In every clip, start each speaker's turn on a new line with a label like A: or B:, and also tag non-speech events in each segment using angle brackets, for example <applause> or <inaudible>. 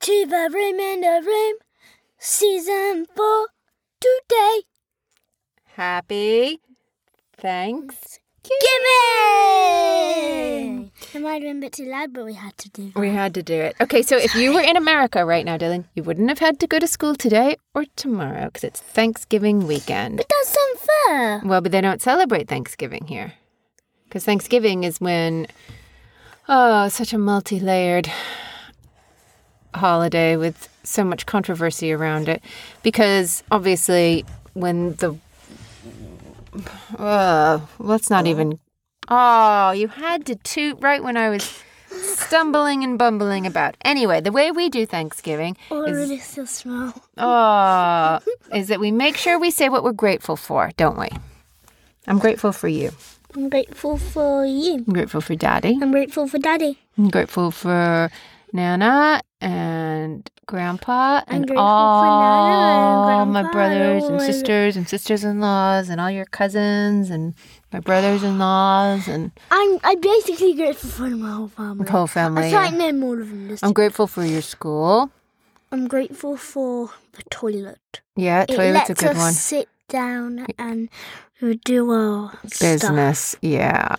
A: to the room in the room, season four today.
B: Happy thanks.
A: Giving! It might have been a bit too loud, but we had to do that.
B: We had to do it. Okay, so if you were in America right now, Dylan, you wouldn't have had to go to school today or tomorrow because it's Thanksgiving weekend.
A: But that's unfair.
B: Well, but they don't celebrate Thanksgiving here because Thanksgiving is when, oh, such a multi layered holiday with so much controversy around it because obviously when the uh, let's not even oh you had to toot right when i was stumbling and bumbling about anyway the way we do thanksgiving
A: Oh,
B: is
A: really so small.
B: Oh, is that we make sure we say what we're grateful for, don't we? I'm grateful for you.
A: I'm grateful for you.
B: I'm grateful for Daddy.
A: I'm grateful for Daddy.
B: I'm grateful for Nana and Grandpa
A: I'm
B: and
A: grateful for Nana
B: all
A: and
B: my
A: Grandpa and
B: brothers
A: all
B: and
A: my-
B: sisters and sisters-in-laws and all your cousins and my brothers-in-laws and
A: I'm I'm basically grateful for my whole family.
B: the whole
A: I
B: family.
A: can't name all of them. This
B: I'm grateful for your school.
A: I'm grateful for the toilet.
B: Yeah,
A: it
B: toilet's
A: lets
B: a good
A: us
B: one.
A: sit down and do our Stuff.
B: business. Yeah.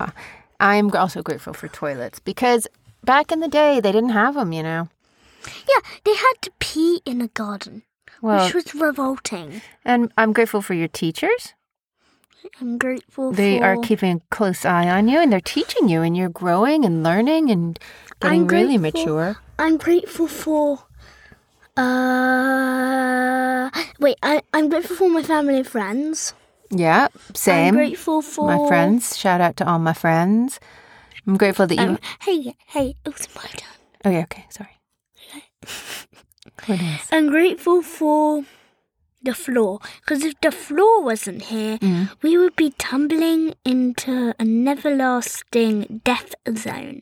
B: I'm also grateful for toilets because back in the day they didn't have them, you know.
A: Yeah, they had to pee in a garden,
B: Well,
A: which was revolting.
B: and I'm grateful for your teachers.
A: I'm grateful
B: They
A: for.
B: are keeping a close eye on you and they're teaching you and you're growing and learning and getting
A: I'm
B: really
A: grateful-
B: mature.
A: I'm grateful for. Uh, wait. I, I'm grateful for my family and friends.
B: Yeah,
A: I'm
B: same.
A: grateful for
B: My friends, shout out to all my friends. I'm grateful that you
A: Um, hey, hey, it was my turn.
B: Oh yeah, okay, sorry. <laughs> What else?
A: I'm grateful for the floor because if the floor wasn't here,
B: Mm.
A: we would be tumbling into an everlasting death zone.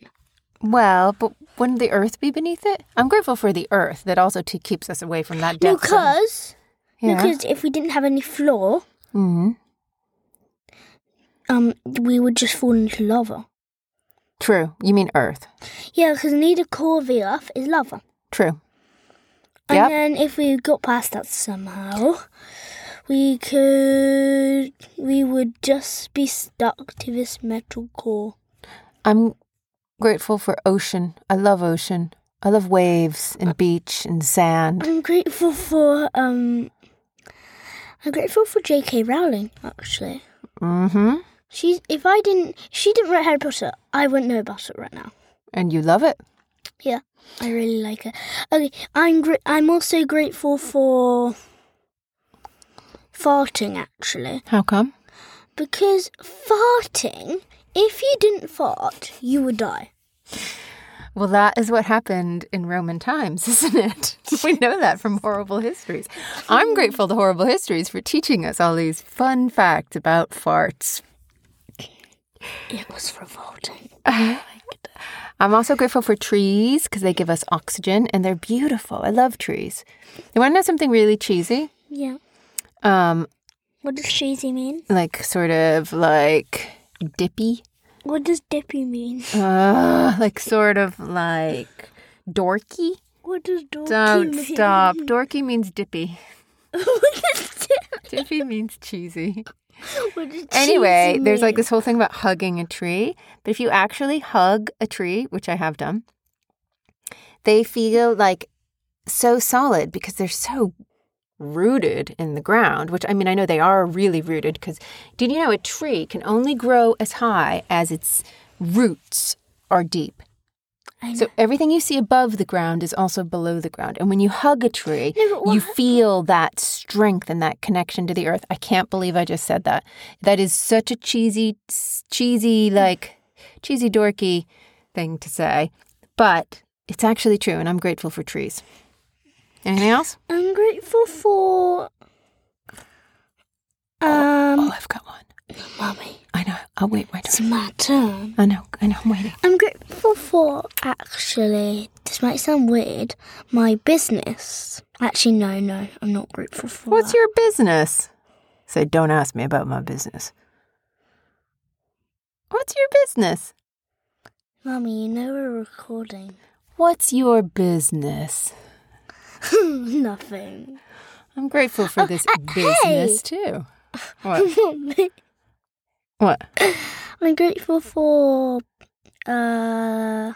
B: Well, but wouldn't the earth be beneath it? I'm grateful for the earth that also t- keeps us away from that death zone.
A: because
B: Yeah.
A: because if we didn't have any floor,
B: Mm-hmm.
A: um, we would just fall into lava.
B: True. You mean Earth.
A: Yeah, because neither core of the earth is lava.
B: True.
A: And
B: Yep.
A: then if we got past that somehow, we could we would just be stuck to this metal core.
B: I'm grateful for ocean. I love ocean. I love waves and beach and sand.
A: I'm grateful for um I'm grateful for J.K. Rowling actually.
B: Mm-hmm.
A: She's if I didn't if she didn't write Harry Potter, I wouldn't know about it right now.
B: And you love it.
A: Yeah, I really like her. Okay, I'm gr- I'm also grateful for farting actually
B: How come?
A: because farting if you didn't fart, you would die.
B: Well, that is what happened in Roman times, <laughs> isn't it? we know that from horrible histories. I'm grateful to horrible histories for teaching us all these fun facts about farts.
A: It was revolting.
B: I'm also grateful for trees because they give us oxygen and they're beautiful. I love trees. You want to know something really cheesy?
A: Yeah.
B: Um,
A: What does cheesy mean?
B: like sort of like dippy,
A: What does dippy mean?
B: uh, like sort of like dorky.
A: What does dorky
B: Don't
A: mean? <laughs>
B: stop. Dorky means dippy.
A: what does dip-
B: Dippy means cheesy.
A: what does
B: Anyway,
A: cheesy
B: there's like
A: mean?
B: this whole thing about hugging a tree. But if you actually hug a tree, which I have done, they feel like so solid because they're so rooted in the ground, which I mean, I know they are really rooted because did you know a tree can only grow as high as its roots are deep?
A: I
B: So everything you see above the ground is also below the ground. And when you hug a tree,
A: No, but what-
B: you feel that strength and that connection to the earth. I can't believe I just said that. That is such a cheesy s- cheesy
A: Mm.
B: like cheesy dorky thing to say, but it's actually true and I'm grateful for trees. Anything else?
A: I'm grateful for um
B: Oh, I've got one.
A: mummy.
B: I know. I'll wait my turn.
A: It's my turn.
B: I know. I know. I'm waiting.
A: I'm grateful for actually this might sound weird, my business. Actually no no, I'm not grateful for
B: What's
A: that.
B: your business? Say, don't ask me about my business. What's your business?
A: Mummy, you know we're recording. <laughs>
B: What's your business?
A: Nothing.
B: I'm grateful for this business too. What? What?
A: <laughs> I'm grateful for. Uh,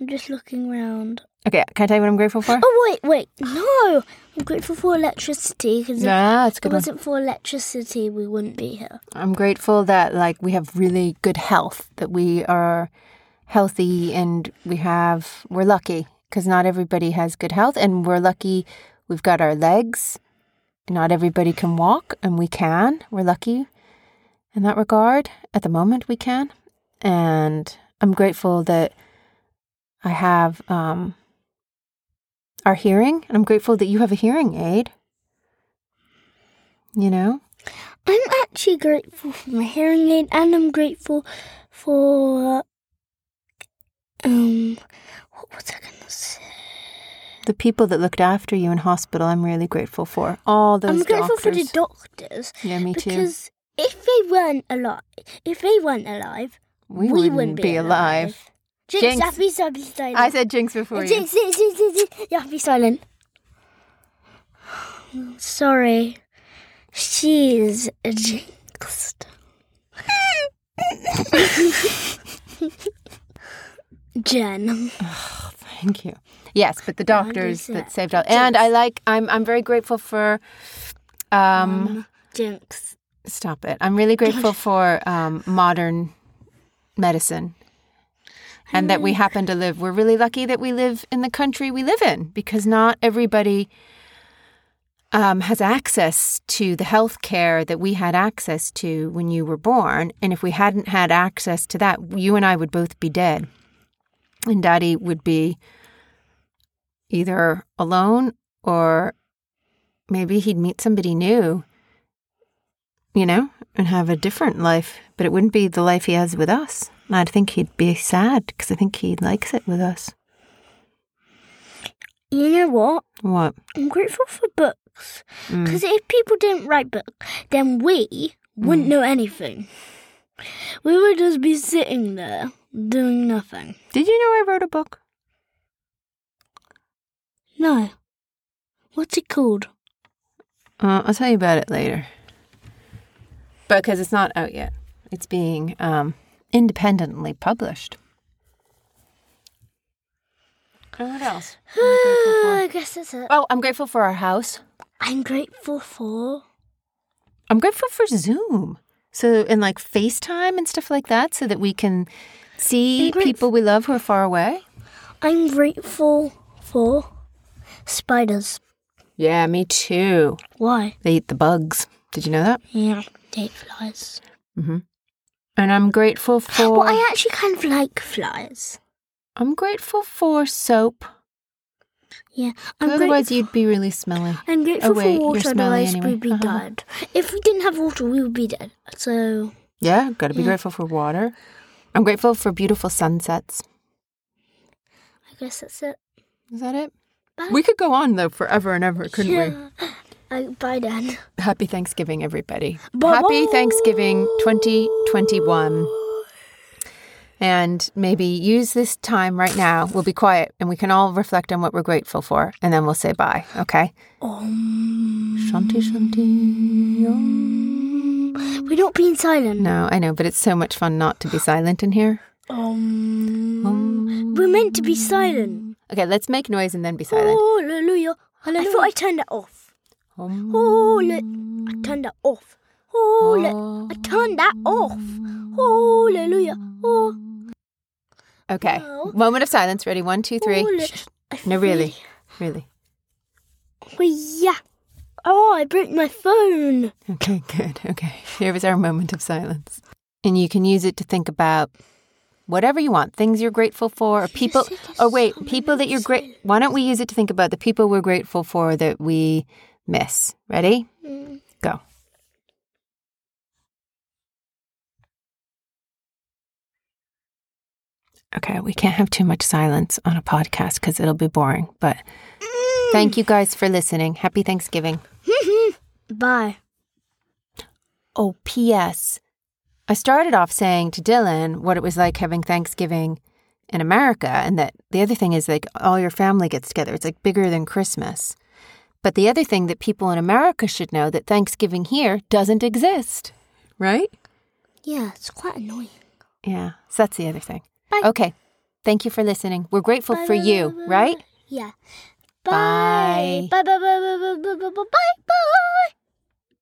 A: I'm just looking round.
B: Okay, can I tell you what I'm grateful for?
A: Oh wait, wait, no! I'm grateful for electricity because if
B: Nah, it's a
A: it
B: good. One.
A: wasn't for electricity, we wouldn't be here.
B: I'm grateful that like we have really good health, that we are healthy and we have we're lucky because not everybody has good health and we're lucky we've got our legs. Not everybody can walk and we can. We're lucky in that regard. At the moment we can. And I'm grateful that I have um our hearing and I'm grateful that you have a hearing aid. You know?
A: I'm actually grateful for my hearing aid, and I'm grateful for um, what was I gonna say?
B: The people that looked after you in hospital, I'm really grateful for. All those
A: I'm grateful for the doctors
B: doctors. yeah, me too.
A: because if they weren't alive, if they weren't alive,
B: We,
A: wouldn't,
B: wouldn't, be alive.
A: Jinx,
B: Jinx.
A: you have to be so- be silent.
B: I said jinx before you.
A: Jinx, jinx, jinx, jinx, jinx. You have to be silent. Sorry, she's jinxed. <laughs> Jen.
B: Thank you. Yes, but the doctors
A: Hundred
B: that saved all. And I like. I'm. I'm very grateful for. Um,
A: Jinx.
B: stop it. I'm really grateful for um, modern medicine. And that we happen to live, we're really lucky that we live in the country we live in because not everybody um, has access to the health care that we had access to when you were born. And if we hadn't had access to that, you and I would both be dead. And daddy would be either alone or maybe he'd meet somebody new, you know, and have a different life. But it wouldn't be the life he has with us. And I'd think he'd be sad because I think he likes it with us.
A: You know what?
B: What?
A: I'm grateful for books because if people didn't write books, then we wouldn't know anything. We would just be sitting there doing nothing.
B: Did you know I wrote a book?
A: No. What's it called?
B: Uh, I'll tell you about it later. Because it's not out yet, it's being um, independently published. And what else?
A: <sighs> I guess that's it.
B: Oh, I'm grateful for our house.
A: I'm grateful for.
B: I'm grateful for Zoom. So, and like FaceTime and stuff like that, so that we can see
A: I'm gratef-
B: people we love who are far away.
A: I'm grateful for spiders.
B: Yeah, me too.
A: Why?
B: They eat the bugs. Did you know that?
A: Yeah, they eat flies.
B: Mm-hmm. And I'm <gasps> grateful for.
A: Well, I actually kind of like flies.
B: I'm grateful for soap.
A: Yeah,
B: 'cause
A: I'm
B: Otherwise,
A: grateful.
B: you'd be really smelly.
A: I'm grateful
B: wait, you're
A: for water,
B: smelly
A: otherwise
B: anyway.
A: we'd
B: <laughs>
A: be
B: Uh-huh.
A: dead. If we didn't have water, we would be dead. So,
B: <sighs> Yeah, gotta be
A: Yeah.
B: grateful for water. I'm grateful for beautiful sunsets.
A: I guess that's it.
B: Is that it?
A: Bye.
B: We could go on though forever and ever, couldn't we?
A: yeah. <gasps> I, bye then.
B: Happy Thanksgiving, everybody.
A: Bye-bye.
B: Happy Thanksgiving 2021. And maybe use this time right now. We'll be quiet and we can all reflect on what we're grateful for and then we'll say bye, okay?
A: Um,
B: Shanti, shanti. om.
A: We're not being silent.
B: No, I know, but it's so much fun not to be silent in here.
A: Um,
B: Om.
A: we're meant to be silent.
B: Okay, let's make noise and then be silent.
A: Hallelujah. I thought I turned it off.
B: Om.
A: Hallelujah. I turned it off. Hallelujah. I turned that off. Hallelujah. Oh,
B: Okay,
A: No.
B: moment of silence. Ready? One, two, three.
A: Halle-
B: Shh, shh.
A: I
B: No, really,
A: feel-
B: really.
A: Well, yeah. Oh, I broke my phone. <laughs>
B: Okay, good. Okay. Here was our moment of silence. And you can use it to think about whatever you want, things you're grateful for, or people,
A: said there's
B: or wait,
A: so
B: people that
A: many
B: you're great. Why don't we use it to think about the people we're grateful for that we miss? Ready? Go. Okay, we can't have too much silence on a podcast because it'll be boring. But thank you guys for listening. Happy Thanksgiving.
A: Bye.
B: Oh, P.S. I started off saying to Dylan what it was like having Thanksgiving in America. And that the other thing is like all your family gets together. It's like bigger than Christmas. But the other thing that people in America should know that Thanksgiving here doesn't exist, right?
A: Yeah, it's quite annoying.
B: Yeah. So that's the other thing.
A: Bye.
B: Okay. Thank you for listening. We're grateful
A: Bye,
B: for
A: bye, bye,
B: you,
A: bye, bye.
B: right?
A: Yeah. Bye. Bye. Bye. Bye. Bye. Bye. Bye. Bye. Bye. Bye.